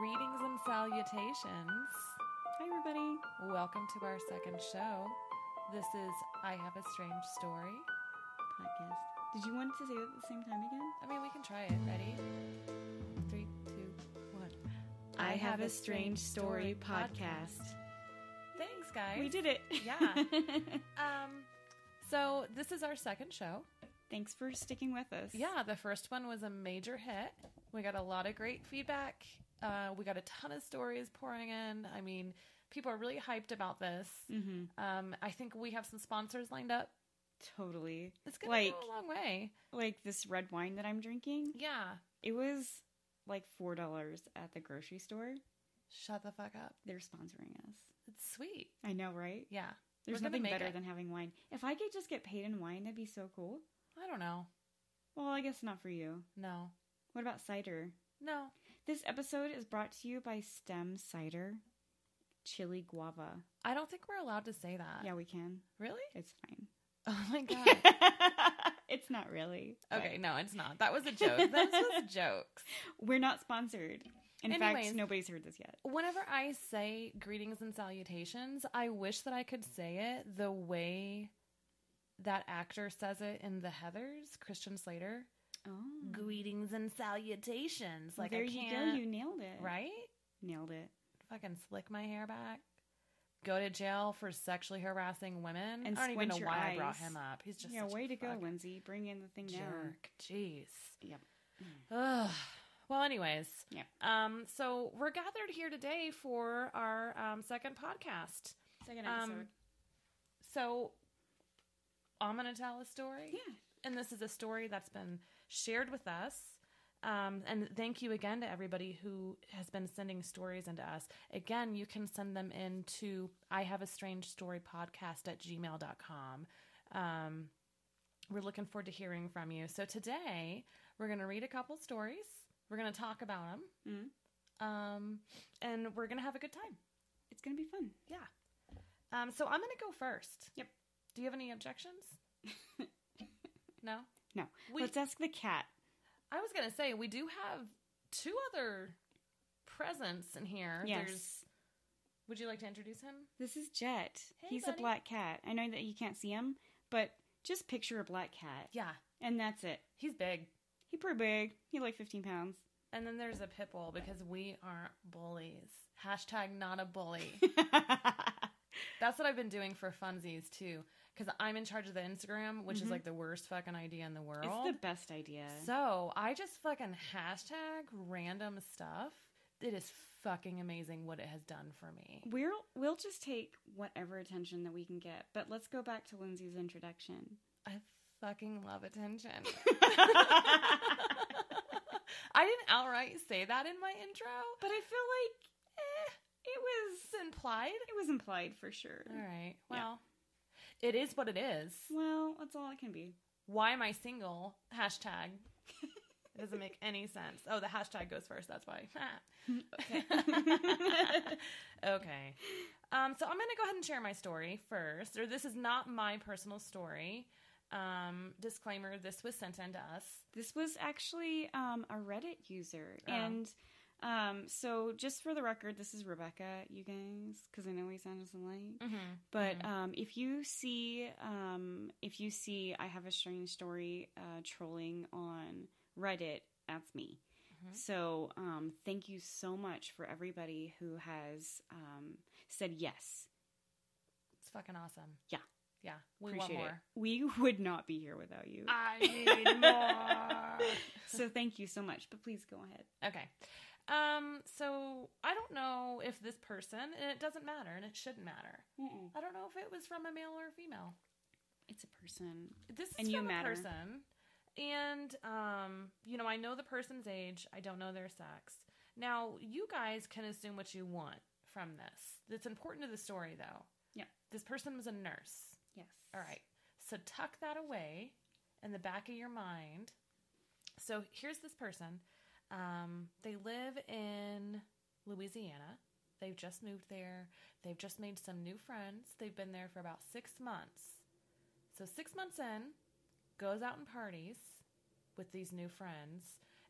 Greetings and salutations. Hi, everybody. Welcome to our second show. This is I Have a Strange Story. Podcast. Did you want to say it at the same time again? I mean, we can try it. Ready? Three, two, one. I Have a Strange Story podcast. Thanks, guys. We did it. Yeah. Um, so this is our second show. Thanks for sticking with us. Yeah, the first one was a major hit. We got a lot of great feedback. Uh, we got a ton of stories pouring in. I mean, people are really hyped about this. hmm Um, I think we have some sponsors lined up. Totally. It's gonna Like- go a long way. Like this red wine that I'm drinking, Yeah. it was like $4 at the grocery store. Shut the fuck up. They're sponsoring us. It's sweet. I know, right? Yeah. We're There's gonna nothing make better it. than having wine. If I could just get paid in wine, that'd be so cool. I don't know. Well, I guess not for you. No. What about cider? No. This episode is brought to you by Stem Cider Chili Guava. I don't think we're allowed to say that. Yeah, we can. Really? It's fine. Oh my Uh, god. it's not really. but okay, no, it's not. That was a joke. That was jokes. We're not sponsored. In Anyways. fact, nobody's heard this yet. Whenever I say greetings and salutations, I wish that I could say it the way that actor says it in The Heathers, Christian Slater. Oh. Greetings and salutations. Like there I you can't, go. You nailed it. right? Nailed it. fucking slick my hair back, go to jail for sexually harassing women. And I don't even squint know your why I brought eyes. him up. He's just yeah, such a way to go, fucking Lindsay. Bring in the thing down. jerk. Jeez. Yep. Ugh. Well, anyways, Yep. Um, so we're gathered here today for our um, second podcast. Second Um, episode. So I'm gonna tell a story. yeah. and this is a story that's been shared with us. Um, and thank you again to everybody who has been sending stories into us. Again, you can send them in to I have a strange story podcast at gmail.com. Um, we're looking forward to hearing from you. So today we're going to read a couple stories. We're going to talk about them. Mm-hmm. Um, and we're going to have a good time. It's going to be fun. Yeah. Um, so I'm going to go first. Yep. Do you have any objections? no? No. We- Let's ask the cat. I was gonna say we do have two other presents in here. Yes. would you like to introduce him? This is Jet. Hey, He's buddy. a black cat. I know that you can't see him, but just picture a black cat. Yeah, And that's it. he's big. He pretty big. He like 15 pounds. And then there's a pit bull because we aren't bullies. Hashtag not a bully. That's what I've been doing for funsies too, because I'm in charge of the Instagram, which is like the worst fucking idea in the world. Mm-hmm. It's the best idea. So I just fucking hashtag random stuff. It is fucking amazing what it has done for me. We'll we'll just take whatever attention that we can get. But let's go back to Lindsay's introduction. I fucking love attention. I didn't outright say that in my intro. But I feel like eh, it was It's implied. it was implied for sure. All right. Well, it is what it is. Well, that's all it can be. Why am I single? Hashtag. It doesn't make any sense. Oh, the hashtag goes first. That's why. okay. okay. Um, so I'm going to go ahead and share my story first. Or this is not my personal story. Um, disclaimer: This was sent in to us. This was actually um, a Reddit user, Oh. and um, so just for the record, this is Rebecca, you guys, because I know we sound just alike. Mm-hmm. But um, if you see, um, if you see, I have a strange story uh, trolling on Reddit. That's me. Mm-hmm. So um, thank you so much for everybody who has um, said yes. It's fucking awesome. Yeah. Yeah. We Appreciate want it. more. Ah. We would not be here without you. I need more. so thank you so much. But please go ahead. Okay. Um, so I don't know if this person, and it doesn't matter, and it shouldn't matter. Mm-mm. I don't know if it was from a male or a female. It's a person. This is And you from a matter. person, and um, you know, I know the person's age. I don't know their sex. Now, you guys can assume what you want from this. That's important to the story, though. Yeah. This person was a nurse. Yes. All right. So tuck that away in the back of your mind. So here's this person. Um, they live in Louisiana. They've just moved there. They've just made some new friends. They've been there for about six months. So six months in, goes out and parties with these new friends,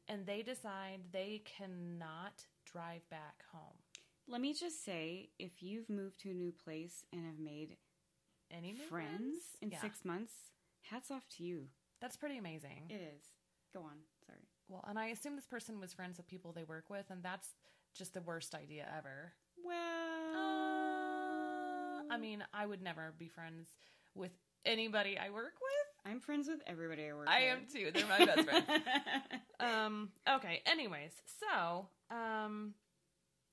and they decide they cannot drive back home. Let me just say, if you've moved to a new place and have made Any new friends in Yeah. six months, hats off to you. That's pretty amazing. It is. Go on. Sorry. well, and I assume this person was friends with people they work with, and that's just the worst idea ever. Well, Uh, I mean, I would never be friends with anybody I work with. I'm friends with everybody I work I with. am too. They're my best friends. Um, okay, anyways, so um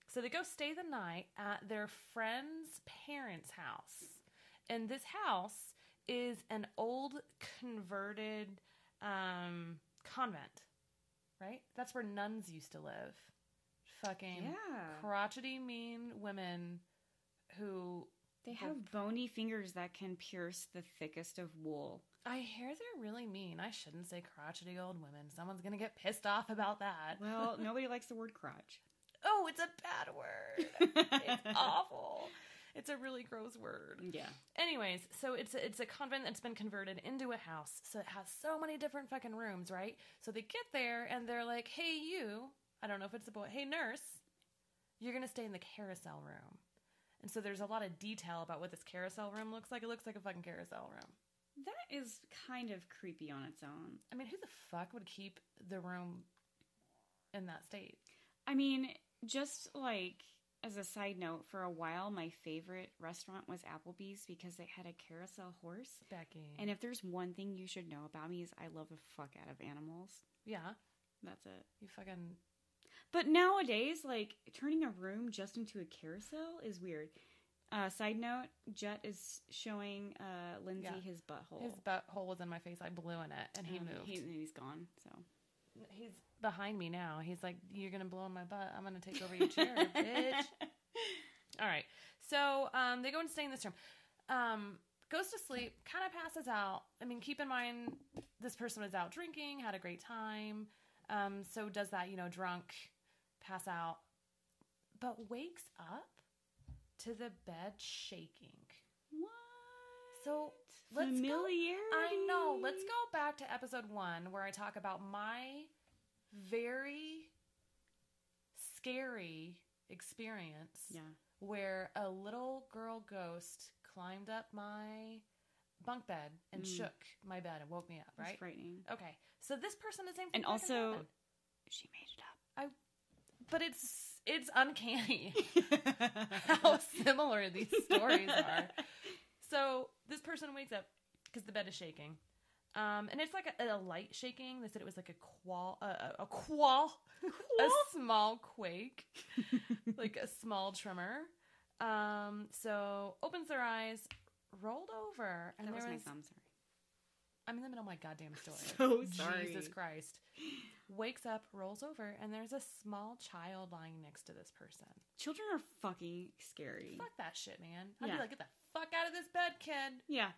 so they go stay the night at their friend's parents' house. And this house is an old converted um convent. Right? That's where nuns used to live. Fucking yeah. crotchety mean women who They have bony fingers that can pierce the thickest of wool. I hear they're really mean. I shouldn't say crotchety old women. Someone's gonna get pissed off about that. Well, nobody likes the word crotch. oh, it's a bad word. it's awful. It's a really gross word. Yeah. Anyways, so it's a, it's a convent that's been converted into a house, so it has so many different fucking rooms, right? So they get there and they're like, "Hey, you, I don't know if it's a boy. Hey, nurse, you're gonna stay in the carousel room." And so there's a lot of detail about what this carousel room looks like. It looks like a fucking carousel room. That is kind of creepy on its own. I mean, who the fuck would keep the room in that state? I mean, just like as a side note, for a while my favorite restaurant was Applebee's because it had a carousel horse. Becky. And if there's one thing you should know about me is I love the fuck out of animals. yeah, That's it. you fucking But nowadays, like turning a room just into a carousel is weird. Uh, side note: Jet is showing uh, Lindsay Yeah. his butthole. His butthole was in my face. I blew in it, and he Um, moved. He, has gone. So He's behind me now. He's like, "You're gonna blow in my butt. I'm gonna take over your chair, bitch." All right. So um, they go and stay in this room. Um, goes to sleep, kind of passes out. I mean, keep in mind this person was out drinking, had a great time. Um, so does that, you know, drunk, pass out, but wakes up to the bed shaking. What? So let's go- familiarity. I know. Let's go back to episode one where I talk about my very scary experience Yeah. where a little girl ghost climbed up my bunk bed and Mm. shook my bed and woke me up, It's right? frightening. Okay. So this person is named And also, she made but it's it's uncanny it up. how similar these stories are. So this person wakes up because the bed is shaking, um, and it's like a, a light shaking. They said it was like a qual, a, a, a qual, a small quake, like a small tremor. Um, so opens their eyes, rolled over, and that was there my was thumb. I'm in the middle of my goddamn story. Sorry. So sorry. Jesus Christ. Wakes up, rolls over, and there's a small child lying next to this person. Children are fucking scary. Fuck that shit, man. I'd Yeah. be like, get the fuck out of this bed, kid. Yeah.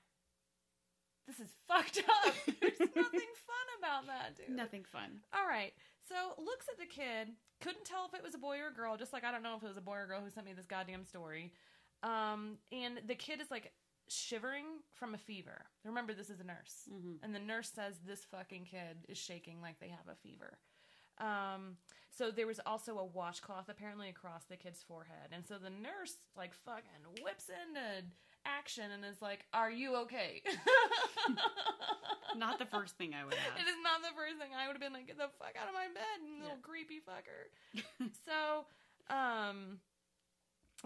This is fucked up. There's nothing fun about that, dude. Nothing fun. All right. So looks at the kid. Couldn't tell if it was a boy or a girl. Just like I don't know if it was a boy or girl who sent me this goddamn story. Um, and the kid is like shivering from a fever. Remember, this is a nurse. Mm-hmm. And the nurse says this fucking kid is shaking like they have a fever. Um, so there was also a washcloth apparently across the kid's forehead. And so the nurse like fucking whips into action and is like, Are you okay? it is Not the first thing I would ask. not the first thing I would have been like, Get the fuck out of my bed, you little Yeah. creepy fucker. so um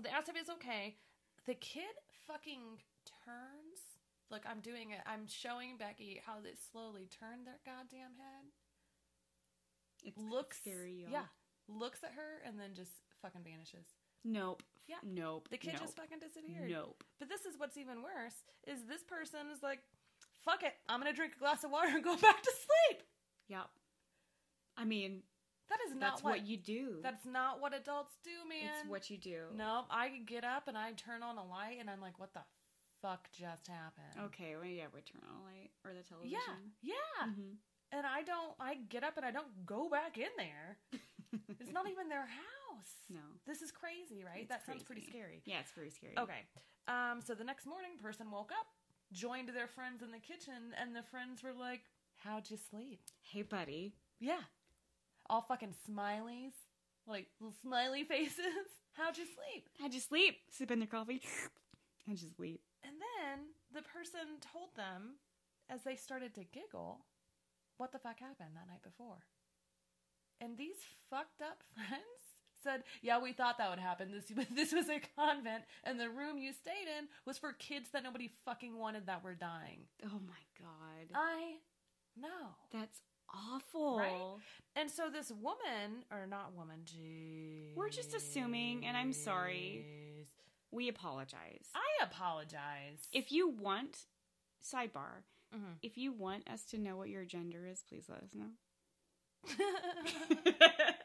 they asked if he's okay. The kid fucking turns. Look, I'm doing it. I'm showing Becky how they slowly turn their goddamn head. It's Looks scary. Y'all. Yeah, looks at her and then just fucking vanishes. Nope. Yeah. Nope. The kid nope. just fucking disappeared. Nope. But this is what's even worse is this person is like, "Fuck it, I'm gonna drink a glass of water and go back to sleep." Yep. I mean, That is not that's what, what, you do. That's not what adults do, man. it's what you do. No, I get up and I turn on a light and I'm like, "What the fuck just happened?" Okay. Well, yeah, we turn on the light or the television. Yeah, yeah. Mhm. and I don't I get up and I don't go back in there. it's not even their house. No. This is crazy, right? It's that sounds pretty crazy. scary. Yeah, it's very scary. Okay. Um so the next morning person woke up, joined their friends in the kitchen and the friends were like, "How'd you sleep?" Hey, buddy. Yeah. All fucking smileys. like little smiley faces. How'd you sleep? I just sleep, sip in their coffee, and just sleep. And then the person told them as they started to giggle what the fuck happened that night before. And these fucked up friends said, "Yeah, we thought that would happen. This this was a convent and the room you stayed in was for kids that nobody fucking wanted that were dying." Oh my god, I know. that's awful. Right? And so this woman, or not woman, geez. We're just assuming, and I'm sorry. We apologize. I apologize. If you want, sidebar, Mhm. if you want us to know what your gender is, please let us know. Mm-hmm.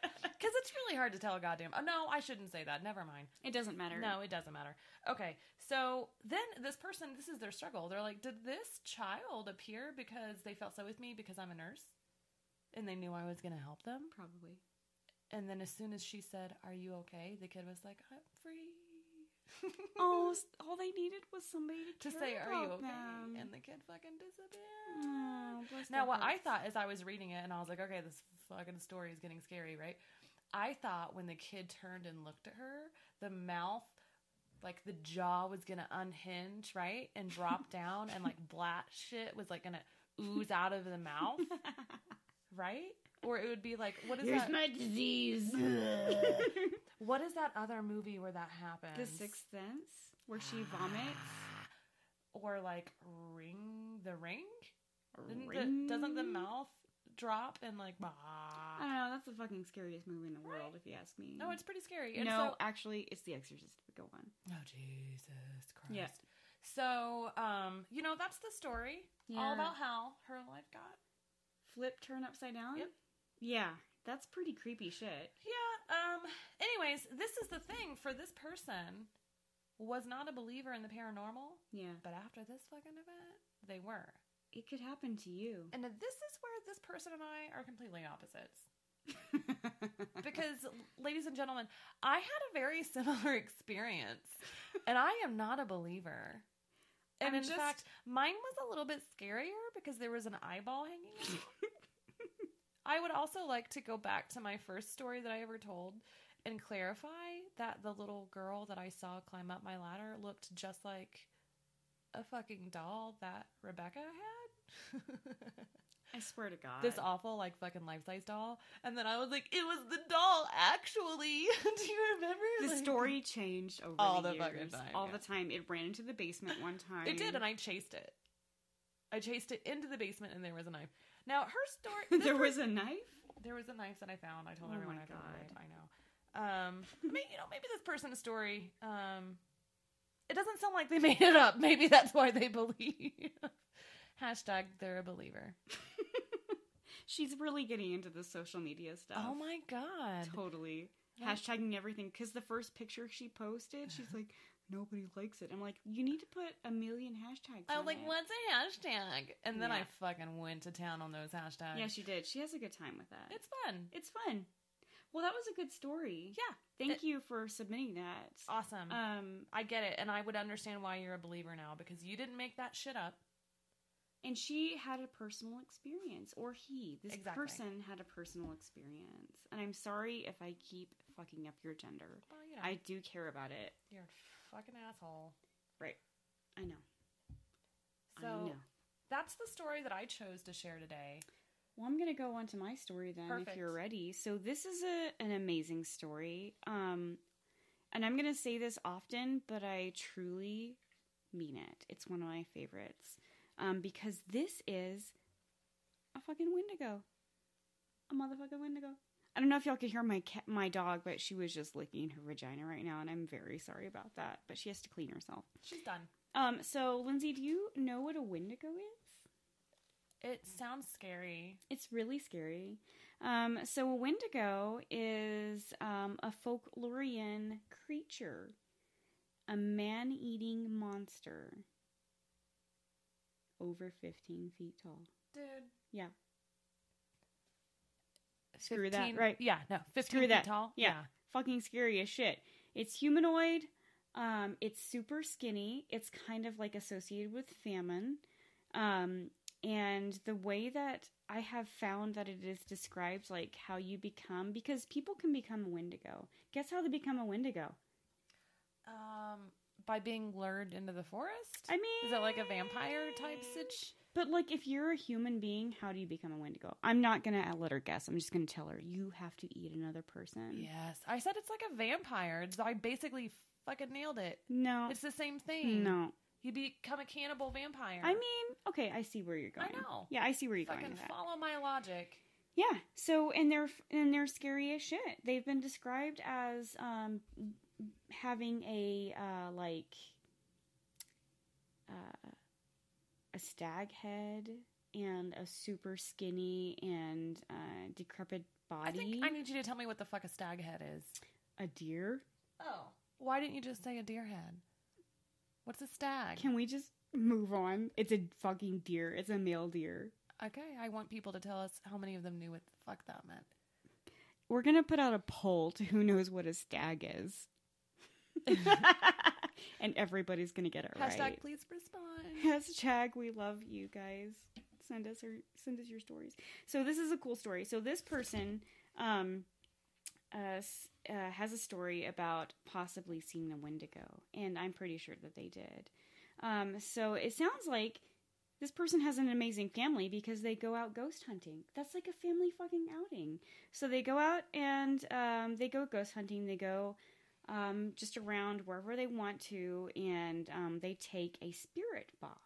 Because it's really hard to tell a goddamn. Oh, no, I shouldn't say that. Never mind. it doesn't matter. No, it doesn't matter. Okay, so then this person, this is their struggle. They're like, did this child appear because they felt so with me because I'm a nurse? And they knew I was going to help them. Probably. And then as soon as she said, Are you okay? the kid was like, I'm free. Oh, s- all they needed was somebody to, to say, care Are you about okay? them. And the kid fucking disappeared. Oh, bless Now, their what I hearts. thought as I was reading it, and I was like, okay, this fucking story is getting scary, right? I thought when the kid turned and looked at her, the mouth, like the jaw was gonna unhinge, right? And drop down, and like black shit was like gonna ooze out of the mouth, right? Or it would be like, what is that? my disease. what is that other movie where that happens? the Sixth Sense, where she Ah. vomits. Or like Ring the Ring? Didn't the, doesn't the Ring. mouth drop and like, bah? I don't know. That's the fucking scariest movie in the Right. world, if you ask me. No, it's pretty scary. And no. so- actually, it's The Exorcist. But go on. Oh Jesus Christ. Yeah. So, um, you know, that's the story. All Yeah. about how her life got. Flip, turn upside down. Yep. Yeah, that's pretty creepy shit. Yeah. Um anyways, this is the thing for this person was not a believer in the paranormal, Yeah, but after this fucking event, they were. it could happen to you. And this is where this person and I are completely opposites. Because, ladies and gentlemen, I had a very similar experience, and I am not a believer. And I'm in just- fact, mine was a little bit scarier because there was an eyeball hanging out. I would also like to go back to my first story that I ever told and clarify that the little girl that I saw climb up my ladder looked just like a fucking doll that Rebecca had. I swear to God. this awful like fucking life size doll, and then I was like, it was the doll actually. Do you remember the Like, story changed over All the, the fucking years, time, All yeah. the time. It ran into the basement one time. It did, and I chased it. I chased it into the basement, and there was a knife. Now her story. this there per- was a knife. there was a knife that I found. I told Oh everyone my I found a knife. God. I know. Um, I mean, you know, maybe this person's story. Um, it doesn't sound like they made it up. Maybe that's why they believe. Hashtag they're a believer. She's really getting into the social media stuff. Oh my god. Totally. Like- Hashtagging everything. Because the first picture she posted, she's like, nobody likes it. I'm like, you need to put a million hashtags. I on was like, it." what's a hashtag? And then I Yeah. fucking went to town on those hashtags. Yeah, she did. She has a good time with that. it's fun. It's fun. Well, that was a good story. Yeah, Thank it- you for submitting that. awesome. Um, I get it, and I would understand why you're a believer now because you didn't make that shit up. and she had a personal experience, or he. This Exactly. person had a personal experience. And I'm sorry if I keep fucking up your gender. Well, you know, I do care about it. you're a fucking asshole. Right. I know. So I know. that's the story that I chose to share today. Well, I'm going to go on to my story then if Perfect. you're ready. So this is a, an amazing story. Um and I'm going to say this often, but I truly mean it. It's one of my favorites. Um because this is a fucking Wendigo. A motherfucking Wendigo. I don't know if y'all can hear my cat, my dog, but she was just licking her vagina right now and I'm very sorry about that, but she has to clean herself. She's done. Um so Lindsay, do you know what a Wendigo is? It sounds scary. It's really scary. Um, so a Wendigo is um, a folklorian creature, a man-eating monster, over 15 feet tall. Dude. Yeah. Screw that, 15 right. Yeah, no. 15 Screw feet that. tall. Yeah. Fucking scary as shit. It's humanoid. Um, it's super skinny. It's kind of like associated with famine. Um, and the way that I have found that it is described, like how you become, because people can become a Wendigo. Guess how they become a Wendigo? Um, by being lured into the forest. I mean, Is it like a vampire type sitch? But like, if you're a human being, how do you become a Wendigo? I'm not gonna let her guess. I'm just gonna tell her you have to eat another person. Yes, I said it's like a vampire. So I basically fucking nailed it. No. It's the same thing. no. you become a cannibal vampire. I mean, okay, I see where you're I going. know. Yeah, I see where you're going. fucking with that. follow my logic. Yeah. So and they're and they're scary as shit. They've been described as um having a uh like uh a stag head and a super skinny and uh decrepit body. I think I need you to tell me what the fuck a stag head is. a deer. Oh, why didn't you just say a deer head? What's a stag? Can we just move on? It's a fucking deer. It's a male deer. okay, I want people to tell us how many of them knew what the fuck that meant. We're gonna put out a poll to who knows what a stag is. and everybody's gonna get it Hashtag right. please respond. Hashtag we love you guys. Send us or send us your stories. So this is a cool story. So this person um, uh, s- uh, has a story about possibly seeing the Wendigo, and I'm pretty sure that they did. Um, so it sounds like this person has an amazing family because they go out ghost hunting. That's like a family fucking outing. So they go out and um, they go ghost hunting. They go um, just around wherever they want to, and um, they take a spirit box.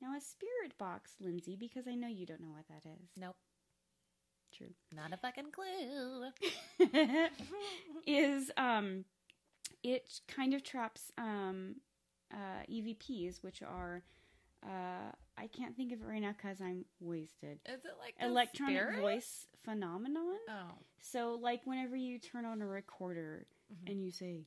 Now, a spirit box, Lindsay, because I know you don't know what that is. Nope, True. not a fucking clue. is um, it kind of traps um, uh, EVPs, which are uh, I can't think of it right now because I'm wasted. Is it like the Electronic spirit? voice phenomenon. Oh, So, like whenever you turn on a recorder Mhm. and you say,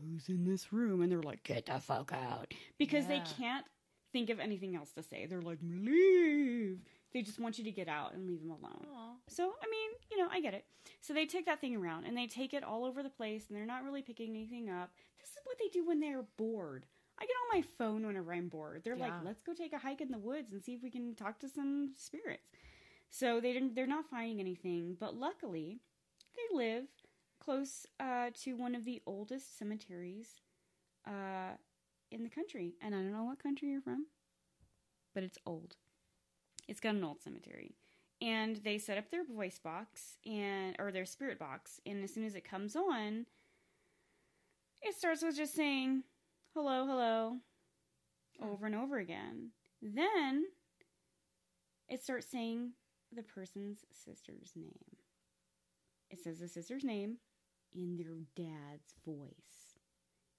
"Who's in this room?" and they're like, "Get the fuck out," because Yeah. they can't think of anything else to say. They're like, "Leave." They just want you to get out and leave them alone. Aw. So, I mean, you know, I get it. So they take that thing around and they take it all over the place and they're not really picking anything up. This is what they do when they're bored. I get on my phone whenever I'm bored. They're like, Yeah. let's go take a hike in the woods and see if we can talk to some spirits. So they didn't, they're not finding anything, but luckily, they live close uh, to one of the oldest cemeteries uh, in the country. And I don't know what country you're from, but it's old. It's got an old cemetery. And they set up their voice box and or their spirit box, and as soon as it comes on, it starts with just saying hello, hello over and over again. Then it starts saying the person's sister's name. It says the sister's name in their dad's voice.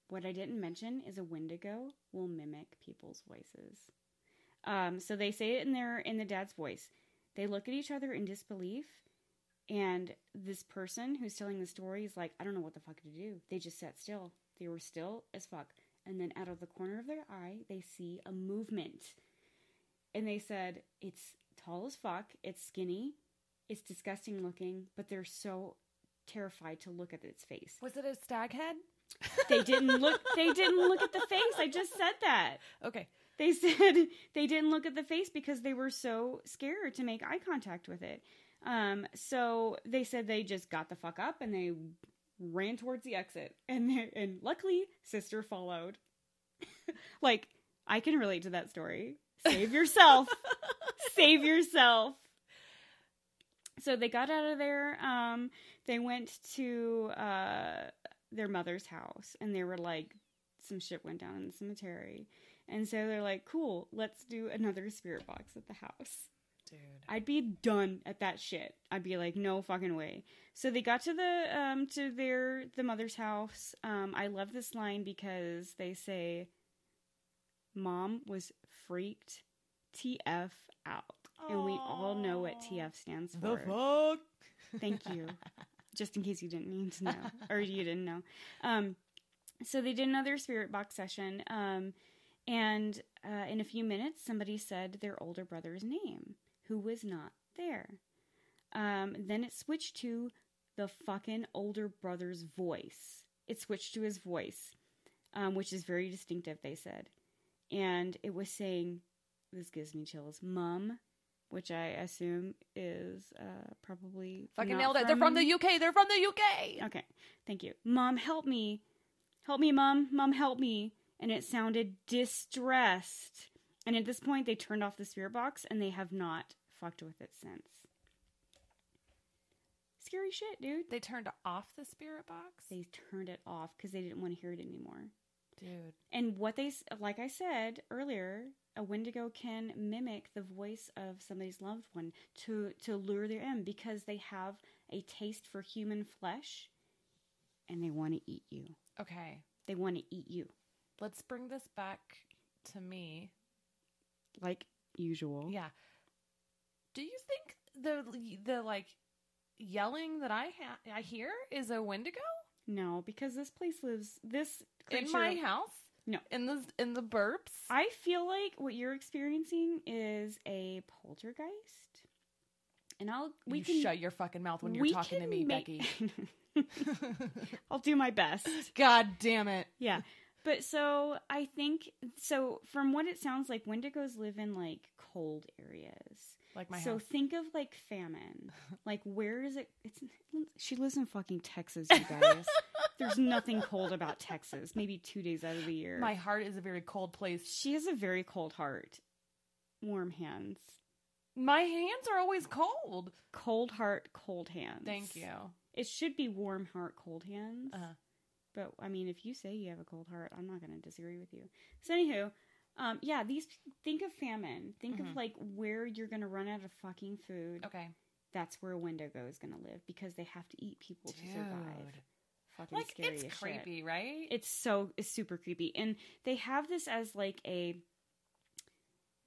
What I didn't mention is a Wendigo will mimic people's voices. Um, so they say it in their in the dad's voice. They look at each other in disbelief, and this person who's telling the story is like, I don't know what the fuck to do. They just sat still. They were still as fuck. And then out of the corner of their eye, they see a movement. And they said, It's tall as fuck, it's skinny, it's disgusting looking, but they're so terrified to look at its face. was it a stag head? They didn't look they didn't look at the face. I just said that. Okay, They said they didn't look at the face because they were so scared to make eye contact with it. Um, so they said they just got the fuck up and they ran towards the exit. And they, and luckily, sister followed. like I can relate to that story. Save yourself. Save yourself. So they got out of there. Um, they went to uh, their mother's house, and they were like, some shit went down in the cemetery. And so they're like, cool, let's do another spirit box at the house. dude. I'd be done at that shit. I'd be like, no fucking way. So they got to the um to their the mother's house. Um I love this line because they say mom was freaked TF out. And we all know what TF stands for. fuck. Thank you. Just in case you didn't need to know or you didn't know. Um, so they did another spirit box session. Um, and uh, in a few minutes, somebody said their older brother's name, who was not there. Um, then it switched to the fucking older brother's voice. It switched to his voice, um, which is very distinctive, they said. And it was saying, this gives me chills. Mum, which I assume is uh, probably Fucking not nailed it. They're from the UK. They're from the UK. Okay, thank you, Mom. Help me, help me, Mom, Mom, help me. And it sounded distressed. And at this point, they turned off the spirit box, and they have not fucked with it since. Scary shit, dude. They turned off the spirit box. They turned it off because they didn't want to hear it anymore. Dude. And what they, s- like I said earlier, a Wendigo can mimic the voice of somebody's loved one to to lure them in because they have a taste for human flesh, and they want to eat you. Okay. They want to eat you, Let's bring this back to me. like usual. Yeah. Do you think the the like yelling that I ha- I hear is a Wendigo No, because this place lives this creature. in my house? No. In the in the burps? I feel like what you're experiencing is a poltergeist, and I'll we you can shut your fucking mouth when we you're talking to can me, ma- Becky. I'll do my best. God damn it. Yeah. But so I think so from what it sounds like wendigos live in like cold areas. Like my so house. think of like famine. like where is it it's she lives in fucking Texas, you guys. There's nothing cold about Texas. Maybe 2 days out of the year. My heart is a very cold place. she has a very cold heart. Warm hands. My hands are always cold. Cold heart, cold hands. Thank you. It should be warm heart, cold hands. Uh-huh. But I mean, if you say you have a cold heart, I'm not going to disagree with you. So, anywho, um, yeah, these think of famine. Think Mhm. of like where you're going to run out of fucking food. Okay. That's where Wendigo is going to live because they have to eat people to survive. Dude. Fucking Like scary it's as shit. creepy, right? It's so it's super creepy, and they have this as like a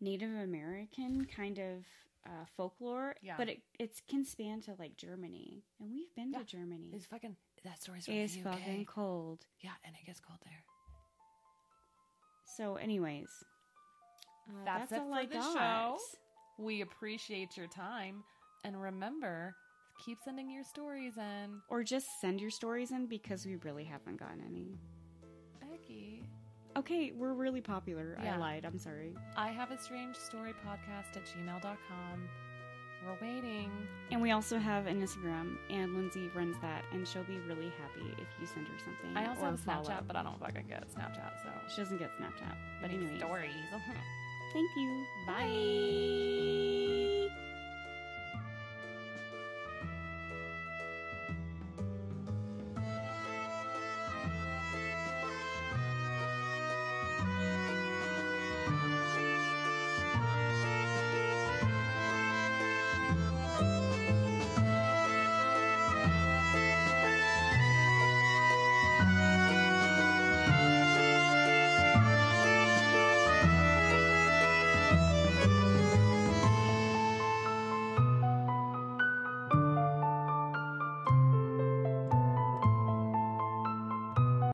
Native American kind of uh, folklore. Yeah. but it it can span to like Germany, and we've been Yeah. to Germany. It's fucking that story's from It's the UK. fucking cold. Yeah, and it gets cold there. So, anyways, uh, That's it for the got. show. We appreciate your time, and remember, keep sending your stories in. Or just send your stories in because we really haven't gotten any. Becky, Okay, we're really popular. Yeah. I lied. I'm sorry. I have a strange story podcast at gmail.com. We're waiting. And we also have an Instagram, and Lindsay runs that, and she'll be really happy if you send her something. I also or have Snapchat, follow. but I don't fucking get Snapchat, so. She doesn't get Snapchat. But anyways, it's stories. thank you. Bye.